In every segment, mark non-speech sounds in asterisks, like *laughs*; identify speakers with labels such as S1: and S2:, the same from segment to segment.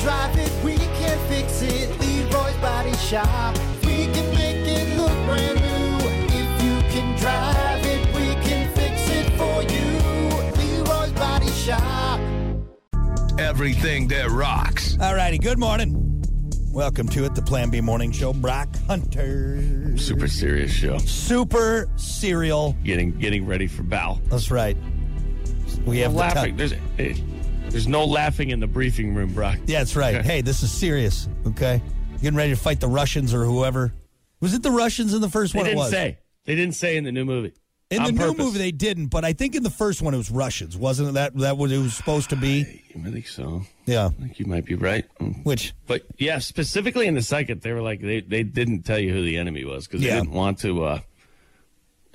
S1: drive it, we can fix it. Leroy's Body Shop. We can make it look brand new. If you can drive it, we can fix it for you. Leroy's Body Shop.
S2: Everything that rocks.
S3: All righty, good morning. Welcome to it, the Plan B Morning Show. Brock Hunter.
S4: Super serious show.
S3: Super serial.
S4: Getting getting ready for Val.
S3: That's right. We have
S4: I'm
S3: the
S4: laughing.
S3: time.
S4: There's eh, there's no laughing in the briefing room, Brock.
S3: Yeah, that's right. Hey, this is serious, okay? Getting ready to fight the Russians or whoever. Was it the Russians in the first
S4: They
S3: one? it
S4: didn't
S3: was.
S4: say. They didn't say in the new movie.
S3: In
S4: On
S3: the
S4: purpose.
S3: new movie, they didn't, but I think in the first one it was Russians, wasn't it? That that what it was supposed to be.
S4: I think so.
S3: Yeah.
S4: I think you might be right. Mm.
S3: Which
S4: But yeah, specifically in the second, they were like they, they didn't tell you who the enemy was because
S3: Yeah.
S4: they didn't want to, uh,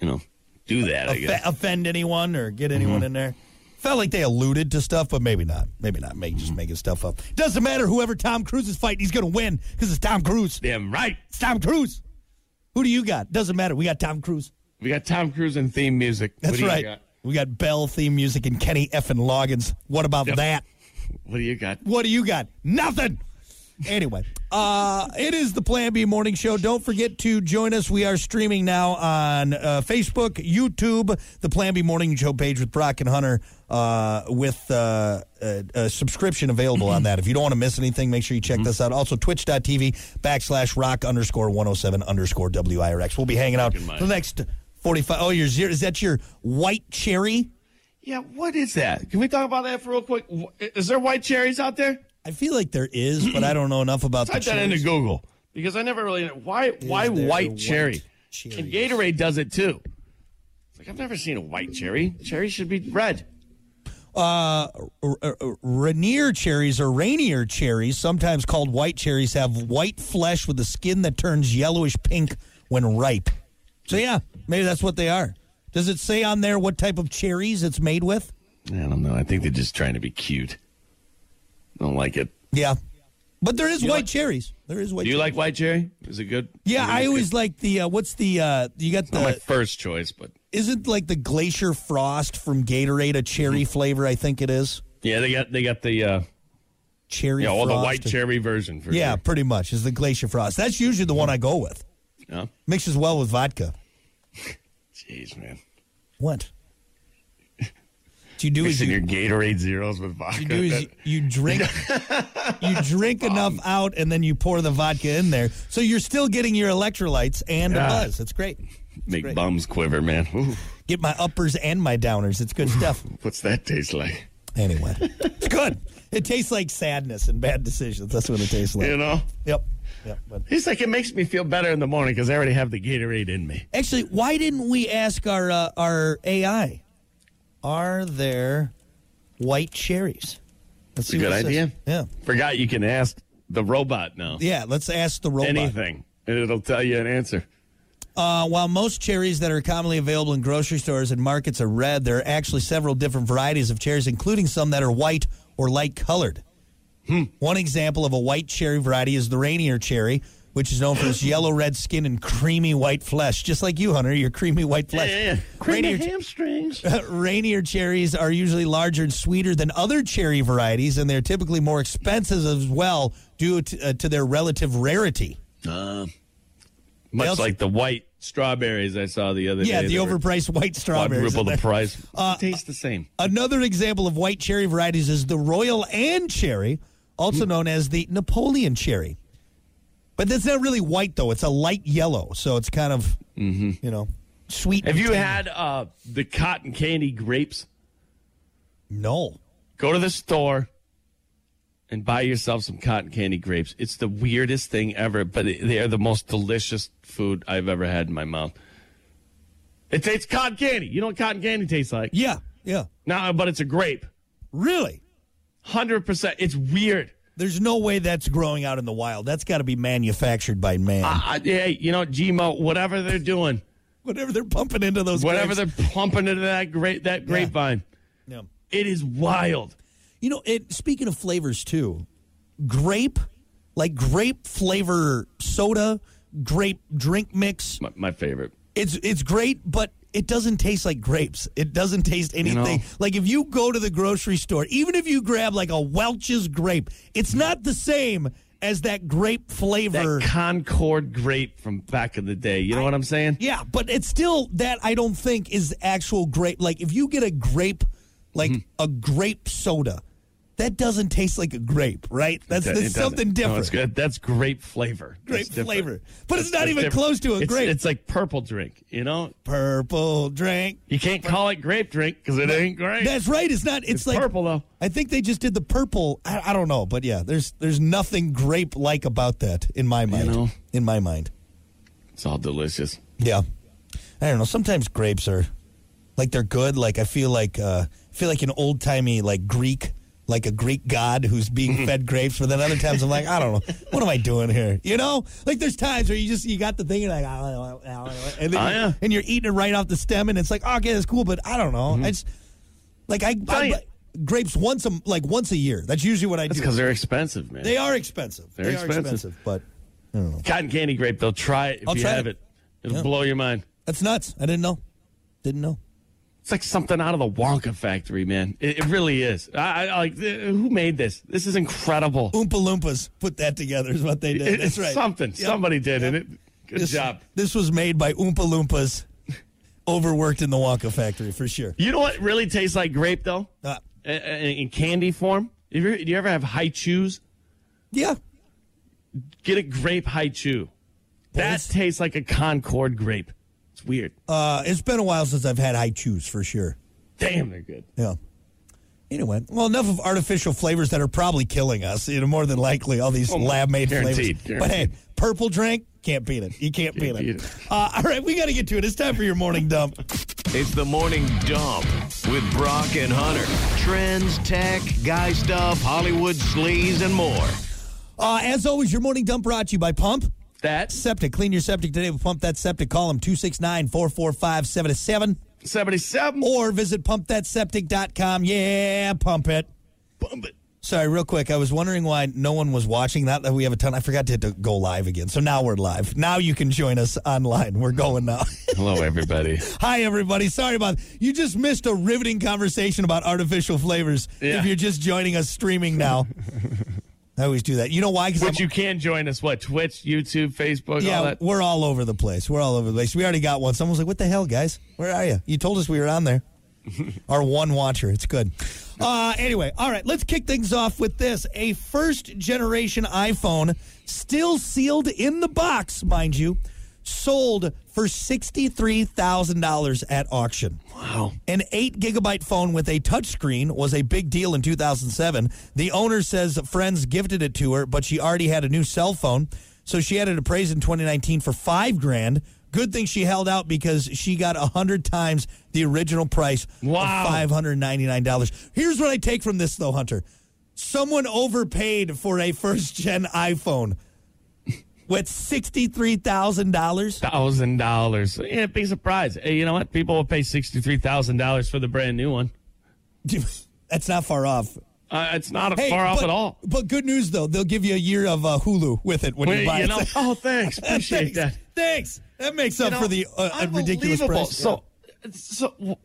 S4: you know, do that. I
S3: offe-
S4: guess.
S3: offend anyone or get anyone
S4: Mm-hmm.
S3: in there. Felt like they alluded to stuff, but maybe not. Maybe not. Maybe
S4: Mm-hmm.
S3: just making stuff up. Doesn't matter. Whoever Tom Cruise is fighting, he's going to win because it's Tom Cruise.
S4: Damn right.
S3: It's Tom Cruise. Who do you got? Doesn't matter. We got Tom Cruise.
S4: We got Tom Cruise and theme music. What
S3: That's
S4: do you
S3: right.
S4: got?
S3: We got Bell theme music and Kenny F. and Loggins. What about
S4: Yep.
S3: that?
S4: What do you got?
S3: What do you got? Nothing. Anyway, uh, it is the Plan B Morning Show. Don't forget to join us. We are streaming now on uh, Facebook, YouTube, the Plan B Morning Show page with Brock and Hunter, uh, with uh, a, a subscription available on that. If you don't want to miss anything, make sure you check this out. Also, twitch.tv backslash rock underscore 107 underscore WIRX. We'll be hanging out
S4: mind.
S3: for the next 45. Oh, your zero. Is that your white cherry?
S4: Yeah, what is that? Can we talk about that for real quick? Wh- Is there white cherries out there?
S3: I feel like there is, but I don't know enough about
S4: Type
S3: the
S4: that into
S3: cherries.
S4: Google because I never really why why
S3: there
S4: white
S3: white
S4: cherry?
S3: cherries?
S4: And Gatorade does it too. It's like I've never seen a white cherry. Cherry should be red.
S3: R- r- r- Rainier cherries or Rainier cherries, sometimes called white cherries, have white flesh with a skin that turns yellowish pink when ripe. So yeah, maybe that's what they are. Does it say on there what type of cherries it's made with?
S4: I don't know. I think they're just trying to be cute. Don't like it.
S3: Yeah, but there is
S4: You
S3: white
S4: like-
S3: cherries. There is white.
S4: Do you
S3: cherries.
S4: like white cherry? Is it good?
S3: Yeah,
S4: Is it
S3: I
S4: good?
S3: always like the uh, what's the uh, you got
S4: Not my
S3: the
S4: first choice, but
S3: isn't like the glacier frost from Gatorade a cherry
S4: Mm-hmm.
S3: flavor? I think it is
S4: yeah, they got they got the uh,
S3: cherry.
S4: yeah all the white
S3: frost.
S4: cherry version for
S3: Yeah,
S4: sure.
S3: pretty much is the glacier frost. That's usually the one I go with.
S4: No?
S3: Mixes well with vodka.
S4: Jeez, man,
S3: What? What you do is
S4: mixing
S3: you,
S4: your Gatorade zeros with vodka.
S3: you
S4: *laughs*
S3: do is you drink you drink enough out and then you pour the vodka in there. So you're still getting your electrolytes and a
S4: Yeah.
S3: buzz. It's great.
S4: Make
S3: great.
S4: bums quiver, man. Ooh,
S3: Get my uppers and my downers. It's good stuff.
S4: *laughs* what's that taste like?
S3: Anyway. It's good. It tastes like sadness and bad decisions. That's what it tastes like.
S4: You know,
S3: Yep. Yep. But
S4: he's like it makes me feel better in the morning because I already have the Gatorade in me.
S3: actually, why didn't we ask our uh, our AI? Are there white cherries? That's
S4: a good idea.
S3: Yeah.
S4: Forgot you can ask the robot now
S3: Yeah, let's ask the robot.
S4: anything, and it'll tell you an answer.
S3: Uh, while most cherries that are commonly available in grocery stores and markets are red, there are actually several different varieties of cherries, including some that are white or light colored. One example of a white cherry variety is the Rainier cherry, which is known for its yellow red skin and creamy white flesh. Just like you, Hunter, your creamy white flesh. Rainier, *laughs*
S4: hamstrings.
S3: Rainier cherries are usually larger and sweeter than other cherry varieties, and they're typically more expensive as well due to, uh, to their relative rarity.
S4: Much
S3: also-
S4: like the white strawberries I saw the other
S3: Yeah,
S4: day.
S3: the
S4: they were
S3: overpriced white strawberries. Uh,
S4: Quadruple
S3: in
S4: the
S3: there.
S4: price. They taste the same.
S3: Another example of white cherry varieties is the Royal Anne cherry, also known as the Napoleon cherry. But that's not really white though; it's a light yellow, so it's kind of you know sweet.
S4: Mm-hmm. Have
S3: and
S4: you
S3: tangy.
S4: had uh, the cotton candy grapes?
S3: no?
S4: Go to the store and buy yourself some cotton candy grapes. It's the weirdest thing ever, but it- they are the most delicious food I've ever had in my mouth. It tastes cotton candy. You know what cotton candy tastes like?
S3: Yeah, yeah,
S4: No, but it's a grape.
S3: really.
S4: 100%. It's weird.
S3: There's no way that's growing out in the wild. That's got to be manufactured by man.
S4: Uh, yeah, you know, GMO, whatever they're doing,
S3: whatever they're pumping into those.
S4: whatever
S3: grapes.
S4: they're pumping into that grape, that grapevine,
S3: Yeah.
S4: it is wild.
S3: You know, it, speaking of flavors too, grape, like grape flavor soda, grape drink mix.
S4: My, my favorite.
S3: It's it's great, but it doesn't taste like grapes. It doesn't taste anything.
S4: know?
S3: Like if you go to the grocery store, even if you grab like a Welch's grape, it's not the same as that grape flavor.
S4: That Concord grape from back in the day. You know what I'm saying?
S3: yeah, but it's still that I don't think is actual grape. Like if you get a grape, like
S4: Mm-hmm.
S3: a grape soda, that doesn't taste like a grape, right? That's,
S4: It
S3: that's
S4: doesn't.
S3: *laughs* something
S4: No, it's
S3: different.
S4: good. That's grape flavor. That's
S3: grape
S4: different.
S3: flavor, but it's
S4: That's
S3: not even
S4: different.
S3: close to a
S4: It's-
S3: grape.
S4: It's like purple drink. You know,
S3: purple drink.
S4: you can't call it grape drink because it ain't grape.
S3: That's right. It's not. It's,
S4: It's
S3: like
S4: purple, though.
S3: I think they just did the purple. I, I don't know, but yeah, there's there's nothing grape like about that in my mind.
S4: know?
S3: In my mind,
S4: It's all delicious.
S3: yeah. I don't know. Sometimes grapes are like they're good. Like I feel like uh, I feel like an old timey like Greek. Like a Greek god who's
S4: *laughs*
S3: being fed grapes, but then other times I'm like, I don't know, what am I doing here? You know, like there's times where you just you got the thing and like, "Ah, ah, ah, ah," and, then
S4: Oh,
S3: you-
S4: yeah.
S3: and you're eating it right off the stem, and it's like, oh, okay, that's cool, but I don't know.
S4: Mm-hmm.
S3: I just like I, I
S4: Fine.
S3: bu- grapes once a like once a year. That's usually what I
S4: That's
S3: do.
S4: because they're expensive, man.
S3: They are expensive.
S4: They're
S3: They
S4: expensive.
S3: but
S4: Cotton candy grape. They'll try it if
S3: I'll
S4: you
S3: try
S4: have
S3: it.
S4: it. It. will
S3: Yeah.
S4: blow your mind.
S3: that's nuts. I didn't know. Didn't know.
S4: It's like something out of the Wonka factory, man. It, it really is. I, I like. th- Who made this? This is incredible.
S3: Oompa Loompas put that together is what they did.
S4: It- it's
S3: that's right.
S4: Something
S3: Yep.
S4: somebody did, and it. Good
S3: This,
S4: job.
S3: This was made by Oompa Loompas, overworked in the Wonka factory for sure.
S4: You know what really tastes like grape though,
S3: Uh,
S4: I- I- in candy form. If you do you ever have high chews?
S3: yeah,
S4: Get a grape high chew. That
S3: Boys.
S4: tastes like a Concord grape. It's weird.
S3: uh, it's been a while since I've had high chews for sure.
S4: Damn, they're good.
S3: Yeah. Anyway, well, enough of artificial flavors that are probably killing us. You know, more than likely, all these
S4: Oh,
S3: lab made flavors.
S4: guaranteed,
S3: But hey,
S4: guaranteed.
S3: purple drink can't beat it. You can't, beat,
S4: beat
S3: it.
S4: it.
S3: Uh, all right, we got to get to it. It's time for your morning dump.
S2: It's the morning dump with Brock and Hunter. Trends, tech, guy stuff, Hollywood sleaze, and more.
S3: Uh, as always, your morning dump brought to you by Pump
S4: That
S3: Septic. Clean your septic today with Pump That Septic. Call them 269 445 77
S4: seventy-seven.
S3: or visit pumpthatseptic.com. Yeah, pump it.
S4: Bump it.
S3: Sorry, real quick. I was wondering why no one was watching. Not that we have a ton. I forgot to, hit to go live again. So now we're live. Now you can join us online. We're going now. *laughs*
S4: Hello, everybody.
S3: Hi, everybody. Sorry about you. Just missed a riveting conversation about artificial flavors.
S4: Yeah.
S3: If you're just joining us
S4: *laughs*
S3: streaming now, I always do that. You know why? 'Cause I'm-
S4: But you can join us. What Twitch, YouTube, Facebook, all
S3: yeah,
S4: that.
S3: we're all over the place. We're all over the place. We already got one. Someone's like, "What the hell, guys? Where are you? You told us we were
S4: *laughs*
S3: on there." Our one watcher. It's good. Uh, anyway, all right. Let's kick things off with this: a first-generation iPhone, still sealed in the box, mind you, sold for sixty-three thousand dollars at auction.
S4: Wow.
S3: An 8 gigabyte phone with a touchscreen was a big deal in 2007. The owner says friends gifted it to her, but she already had a new cell phone. So she had it appraised in 2019 for five grand. Good thing she held out because she got a 100 times the original price
S4: Wow.
S3: of $599. Here's what I take from this, though, Hunter. Someone overpaid for a first gen iPhone with $63,000.
S4: Thousand dollars. Yeah, big surprise. Hey, you know what? People will pay sixty-three thousand dollars for the brand new one.
S3: *laughs* That's not far off.
S4: Uh, it's not
S3: Hey,
S4: far off
S3: but,
S4: at all.
S3: But good news though, they'll give you a year of uh, Hulu with it when
S4: Wait,
S3: you buy
S4: you
S3: it. *laughs*
S4: know, oh, thanks.
S3: thanks,
S4: Appreciate that.
S3: thanks. That makes up
S4: You know,
S3: for the uh, ridiculous
S4: unbelievable.
S3: price.
S4: So, so, w-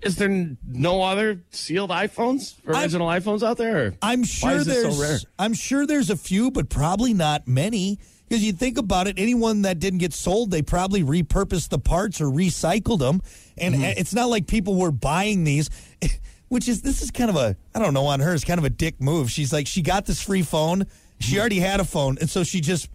S4: is there n- no other sealed iPhones,
S3: I'm-
S4: original iPhones out there? or
S3: I'm sure
S4: why is
S3: there's
S4: this so rare?
S3: I'm sure there's a few, but probably not many. Because you think about it, anyone that didn't get sold, they probably repurposed the parts or recycled them. And
S4: Mm-hmm.
S3: uh, it's not like people were buying these, *laughs* which is this is kind of a I don't know on her, it's kind of a dick move. She's like she got this free phone, she
S4: Mm-hmm.
S3: already had a phone, and so she just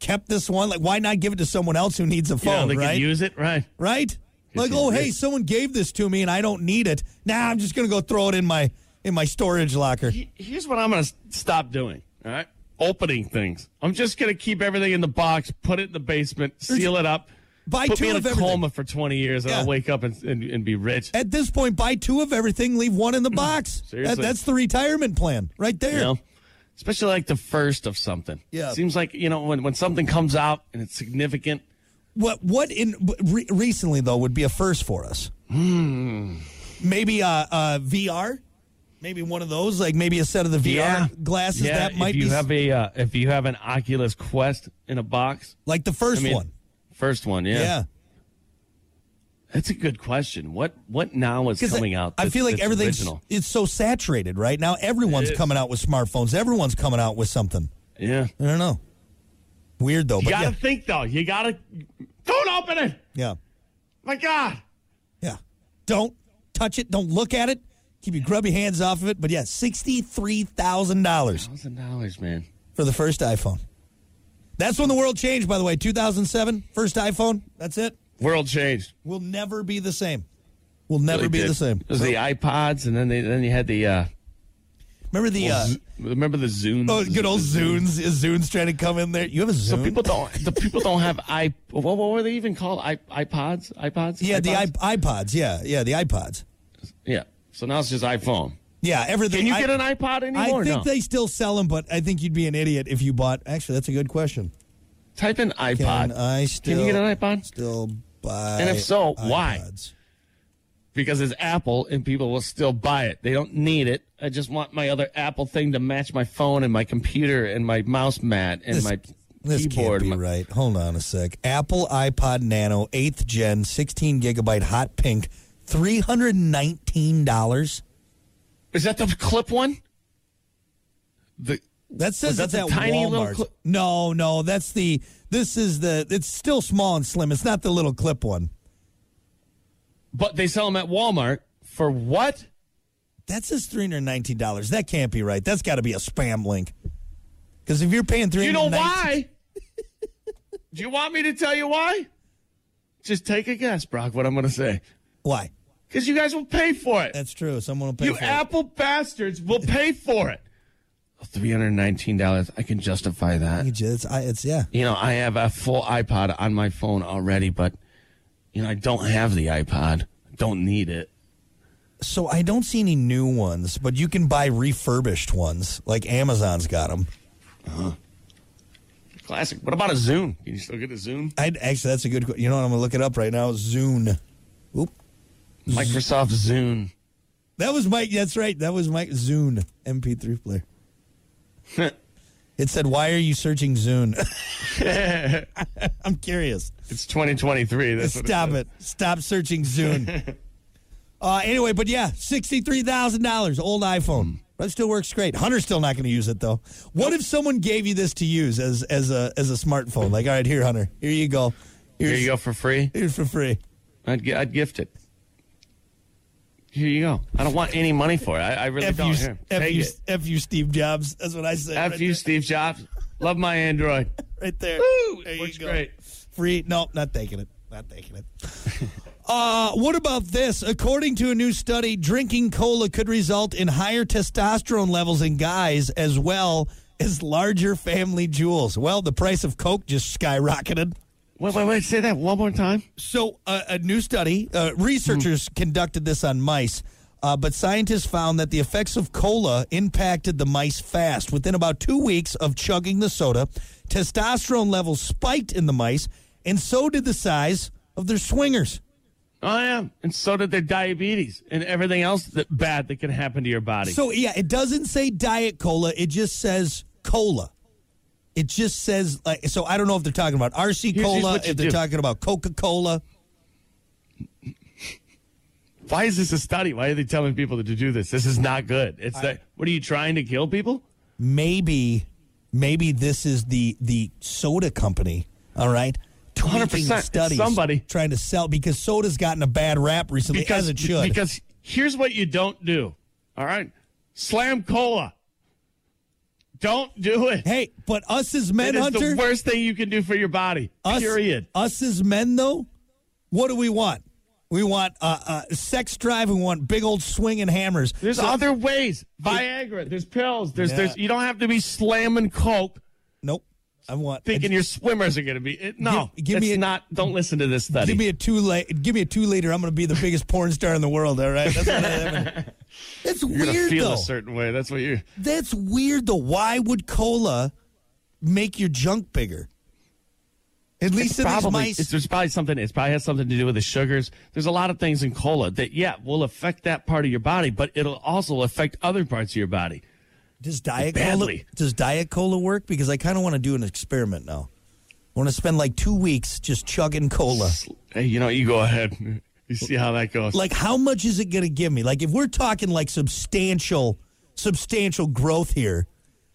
S3: kept this one. Like why not give it to someone else who needs a
S4: You know,
S3: phone,
S4: they
S3: right?
S4: can use it, right?
S3: right? Like,
S4: you
S3: oh
S4: did.
S3: hey, someone gave this to me and I don't need it. Now nah, I'm just gonna go throw it in my in my storage locker.
S4: He- Here's what I'm going to stop doing. All right, opening things. I'm just going to keep everything in the box, put it in the basement, seal it up.
S3: Buy
S4: put
S3: two
S4: me in
S3: of
S4: a
S3: everything.
S4: coma for 20 years, and
S3: Yeah.
S4: I'll wake up and, and, and be rich.
S3: at this point, buy two of everything, leave one in the box.
S4: Seriously.
S3: That- that's the retirement plan right there.
S4: you know especially like the first of something
S3: Yeah.
S4: seems like you know when, when something comes out and it's significant
S3: What what in re- recently though would be a first for us?
S4: Hmm.
S3: Maybe uh, uh, VR, maybe one of those, like maybe a set of the VR
S4: Yeah.
S3: glasses.
S4: yeah
S3: that might
S4: if you
S3: be s-
S4: have a uh, if you have an oculus quest in a box
S3: like the first
S4: I mean,
S3: one.
S4: first one yeah
S3: Yeah.
S4: That's a good question. What what now is
S3: 'Cause
S4: coming
S3: I,
S4: out?
S3: I
S4: that's-
S3: feel like
S4: that's
S3: everything's
S4: original?
S3: it's so saturated right now. Everyone's
S4: is.
S3: coming out with smartphones. Everyone's coming out with something.
S4: Yeah,
S3: I don't know. Weird though,
S4: you
S3: but
S4: gotta
S3: yeah,
S4: think though. You gotta don't open it.
S3: yeah,
S4: My God,
S3: yeah. Don't touch it. Don't look at it. Keep your grubby hands off of it. But yeah, sixty three thousand dollars
S4: thousand dollars, man.
S3: for the first iPhone. That's when the world changed. By the way, 2007, first iPhone. That's it.
S4: World changed.
S3: We'll never be the same. We'll never
S4: Really
S3: be
S4: did.
S3: the same.
S4: It was the iPods, and then they then you had the uh,
S3: Remember the uh,
S4: Z- remember the Zune.
S3: oh, good old Zunes. Is Zunes trying to come in there? You have a Zune.
S4: So people don't the people don't have i what, what were they even called i iPods iPods
S3: yeah, the
S4: iPods?
S3: iP- iPods. Yeah, yeah, the iPods.
S4: yeah so now it's just iPhone.
S3: Yeah, everything.
S4: Can you
S3: I-
S4: get an iPod anymore?
S3: I
S4: no.
S3: think they still sell them, but I think you'd be an idiot if you bought. Actually, that's a good question.
S4: Type in
S3: Can
S4: iPod.
S3: I still?
S4: Can you get an iPod?
S3: Still buy?
S4: And if so, why?
S3: iPods?
S4: Because it's Apple and people will still buy it. They don't need it. I just want my other Apple thing to match my phone and my computer and my mouse mat and
S3: This,
S4: my
S3: this
S4: keyboard.
S3: can't
S4: My-
S3: be right. Hold on a sec. Apple iPod Nano, eighth gen, sixteen gigabyte, hot pink, three hundred nineteen dollars.
S4: Is that the clip one? The
S3: That says
S4: that
S3: it's
S4: the
S3: at
S4: tiny little
S3: Walmart.
S4: cli-
S3: no, no, that's the. This is the. It's still small and slim. It's not the little clip one.
S4: but they sell them at Walmart for what?
S3: That says three hundred nineteen dollars. That can't be right. That's got to be a spam link. Because if you're paying three
S4: You
S3: hundred,
S4: know why?
S3: *laughs*
S4: Do you want me to tell you why? Just take a guess, Brock, what I'm going to say.
S3: Why?
S4: Because you guys will pay for it.
S3: That's true. Someone will pay
S4: You
S3: for it.
S4: Apple bastards will pay for it. $319. I can justify that.
S3: You just- I- It's, yeah.
S4: You know, I have a full iPod on my phone already, but, you know, I don't have the iPod. Don't need it.
S3: So I don't see any new ones, but you can buy refurbished ones. Like Amazon's got them.
S4: Classic. What about a Zoom? Can you still get a Zoom?
S3: I actually that's a good. que- You know what? I'm gonna look it up right now. Zune. Oop.
S4: Microsoft Zoom.
S3: That was Mike. That's right. That was Mike Zune MP3 player. it said, "Why are you searching Zune?" *laughs* I'm curious.
S4: It's 2023. That's what
S3: Stop
S4: says.
S3: it. Stop
S4: *laughs*
S3: searching Zune. uh, anyway, but yeah, $63,000, old iPhone. But it still works great. Hunter's still not going to use it, though. What if someone gave you this to use as, as, a, as a smartphone? Like, all right, here, Hunter, here you go.
S4: Here you go for free.
S3: Here's for free.
S4: I'd, gi- I'd gift it. Here you go. I don't want any money for it. I, I really
S3: F
S4: don't.
S3: you,
S4: Here,
S3: F,
S4: take
S3: you,
S4: it.
S3: F you, Steve Jobs. That's what I say.
S4: F
S3: right
S4: you,
S3: there-
S4: Steve Jobs. Love my *laughs* Android.
S3: *laughs* Right there.
S4: Woo!
S3: There you
S4: Works
S3: go.
S4: great.
S3: Free. Nope, not taking it. Not taking it. *laughs* uh, what about this? According to a new study, drinking cola could result in higher testosterone levels in guys as well as larger family jewels. Well, the price of Coke just skyrocketed.
S4: Wait, wait, wait. Say that one more time.
S3: So, uh, a new study, uh, researchers
S4: Hmm.
S3: conducted this on mice, uh, but scientists found that the effects of cola impacted the mice fast. Within about two weeks of chugging the soda, testosterone levels spiked in the mice, and so did the size of their swingers.
S4: I am. Oh, And so did their diabetes and everything else that bad that can happen to your body.
S3: So, yeah, it doesn't say diet cola, it just says cola. It just says, like, so I don't know if they're talking about RC
S4: Here's- here's
S3: Cola,
S4: what you
S3: if they're
S4: do.
S3: talking about Coca Cola.
S4: Why is this a study? Why are they telling people to do this? This is not good. It's that. What are you trying to kill people?
S3: maybe maybe this is the the soda company all right tweaking
S4: 100%, it's
S3: studies
S4: somebody.
S3: trying to sell because soda's gotten a bad rap recently as it should
S4: Because here's what you don't do. All right, slam cola. Don't do it.
S3: hey but us as men
S4: It is
S3: hunter
S4: the worst thing you can do for your body.
S3: us,
S4: Period.
S3: us as men though what do we want we want uh, uh, sex drive we want big old swinging hammers
S4: There's
S3: So-
S4: other ways. Viagra. There's pills. There's
S3: Yeah.
S4: there's. You don't have to be slamming coke
S3: nope i want
S4: thinking your swimmers are going to be. It, no,
S3: Give- give
S4: it's
S3: me a-
S4: not. Don't listen to this study.
S3: give me a two late give me a two later i'm gonna be the biggest porn star in the world all right that's what happened.
S4: *laughs*
S3: It's
S4: you're gonna
S3: weird
S4: feel
S3: though.
S4: a certain way. That's what you're.
S3: That's weird though. Why would cola make your junk bigger? At least in these
S4: Probably,
S3: mice.
S4: it's, there's probably something. It probably has something to do with the sugars. There's a lot of things in cola that, yeah, will affect that part of your body, but it'll also affect other parts of your body.
S3: does diet
S4: badly.
S3: cola does diet cola work? Because I kind of want to do an experiment now. I want to spend like two weeks just chugging cola.
S4: Hey, you know, you go ahead. *laughs* You see how that goes.
S3: Like, how much is it going to give me? Like, if we're talking like substantial, substantial growth here,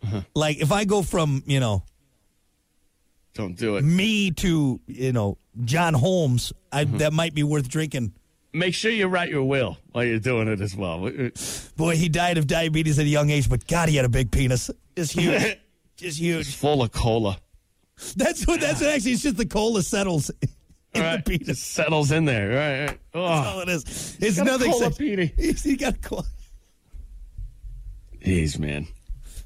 S4: Uh-huh.
S3: like if I go from you know
S4: Don't do it.
S3: me to you know John Holmes, I,
S4: Mm-hmm.
S3: that might be worth drinking.
S4: Make sure you write your will while you're doing it as well.
S3: Boy, he died of diabetes at a young age, but God, he had a big penis.
S4: *laughs*
S3: Just huge, just huge.
S4: Full of cola.
S3: That's what. That's what actually. It's just the cola settles *laughs* in
S4: All
S3: the
S4: right.
S3: penis.
S4: Just settles in there. All right.
S3: That's
S4: All right.
S3: all it is. It's
S4: got a
S3: nothing.
S4: cola
S3: except-
S4: peenie.
S3: *laughs* He's- He got a cola.
S4: Oh, jeez, man.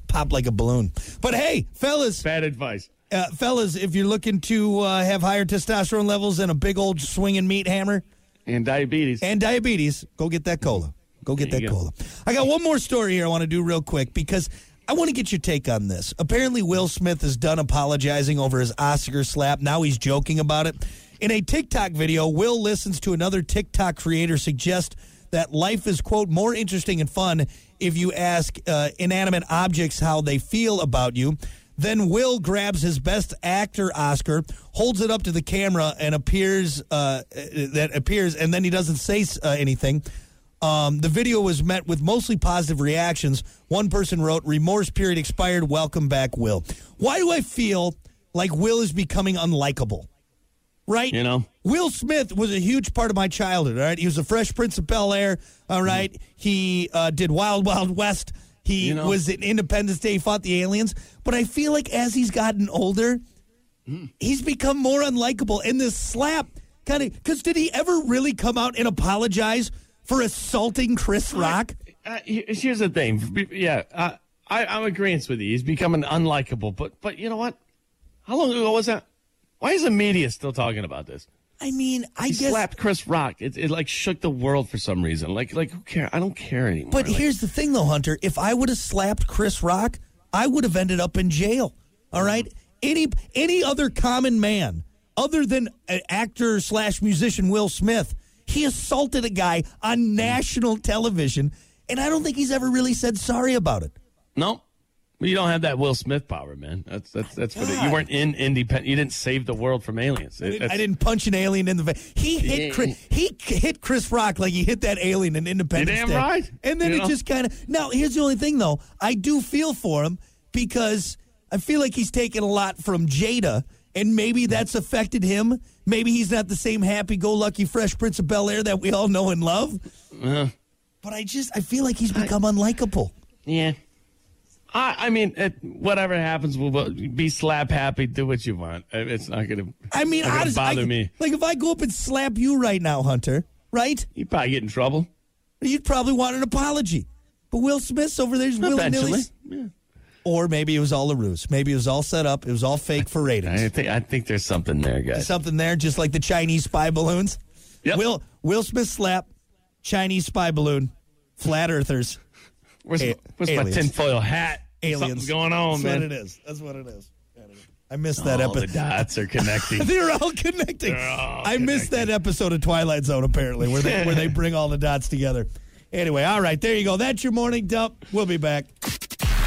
S3: Pop like a balloon. But hey, fellas,
S4: Bad advice.
S3: uh, fellas, if you're looking to uh, have higher testosterone levels and a big old swinging meat hammer
S4: And diabetes.
S3: and diabetes, go get that cola. Go get
S4: There
S3: that
S4: you go.
S3: cola. I got one more story here I want to do real quick because I want to get your take on this. Apparently, Will Smith is done apologizing over his Oscar slap. Now he's joking about it. In a TikTok video, Will listens to another TikTok creator suggest that life is, quote, more interesting and fun if you ask uh, inanimate objects how they feel about you. Then Will grabs his Best Actor Oscar, holds it up to the camera, and appears uh, that appears, and then he doesn't say uh, anything. Um, the video was met with mostly positive reactions. One person wrote, "Remorse period expired. Welcome back, Will." Why do I feel like Will is becoming unlikable? Right?
S4: You know?
S3: Will Smith was a huge part of my childhood. All right, he was a Fresh Prince of Bel Air.
S4: Mm-hmm.
S3: All right, he uh, did Wild Wild West. He
S4: You know?
S3: was in Independence Day, fought the aliens. But I feel like as he's gotten older,
S4: Mm.
S3: he's become more unlikable. And this slap kind of because did he ever really come out and apologize for assaulting Chris Rock?
S4: Uh, here- here's the thing. Be- Yeah, uh, I, I'm agreeing with you. He's becoming unlikable. But but you know what? How long ago was that? Why is the media still talking about this?
S3: I mean, I
S4: He
S3: guess.
S4: slapped Chris Rock. It, it like shook the world for some reason. Like like who care? I don't care anymore.
S3: But
S4: Like,
S3: here's the thing, though, Hunter. If I would have slapped Chris Rock, I would have ended up in jail. All right. Any any other common man, other than an actor slash musician Will Smith, he assaulted a guy on national television, and I don't think he's ever really said sorry about it.
S4: no, you don't have that Will Smith power, man. That's that's that's what it, you
S3: God.
S4: weren't in independent. You didn't save the world from aliens. It-
S3: I
S4: that's-
S3: didn't punch an alien in the face. He hit Chris, he k- hit Chris Rock like he hit that alien in Independence
S4: damn
S3: Day.
S4: right.
S3: And then
S4: You
S3: it
S4: know?
S3: just kind of. Now here's the only thing though. I do feel for him because I feel like he's taken a lot from Jada, and maybe that's affected him. Maybe he's not the same happy-go-lucky Fresh Prince of Bel Air that we all know and love.
S4: Uh-huh.
S3: But I just I feel like he's become unlikable.
S4: Yeah. I, I mean, it, whatever happens, we'll we'll be slap happy. Do what you want. Uh, It's not gonna.
S3: I mean,
S4: not gonna
S3: honestly, I-
S4: bother me.
S3: Like if I go up and slap you right now, Hunter, right?
S4: You probably get in trouble
S3: You'd probably want an apology. But Will Smith's over there just willy
S4: eventually.
S3: nilly. Or maybe it was all a ruse. Maybe it was all set up. It was all fake for ratings.
S4: I think I think there's something there, guys.
S3: Something there, just like the Chinese spy balloons.
S4: Yep.
S3: Will Will Smith slap, Chinese spy balloon, flat earthers,
S4: Where's,
S3: A-
S4: where's my
S3: aliens.
S4: tinfoil hat?
S3: aliens.
S4: Something's going on,
S3: That's
S4: man.
S3: what it is. That's what it is. I missed that
S4: All the
S3: episode.
S4: dots are connecting.
S3: *laughs* They're all connecting.
S4: all
S3: I missed that episode of Twilight Zone, apparently, where they,
S4: *laughs*
S3: where they bring all the dots together. Anyway, all right, there you go. That's your morning dump. We'll be back.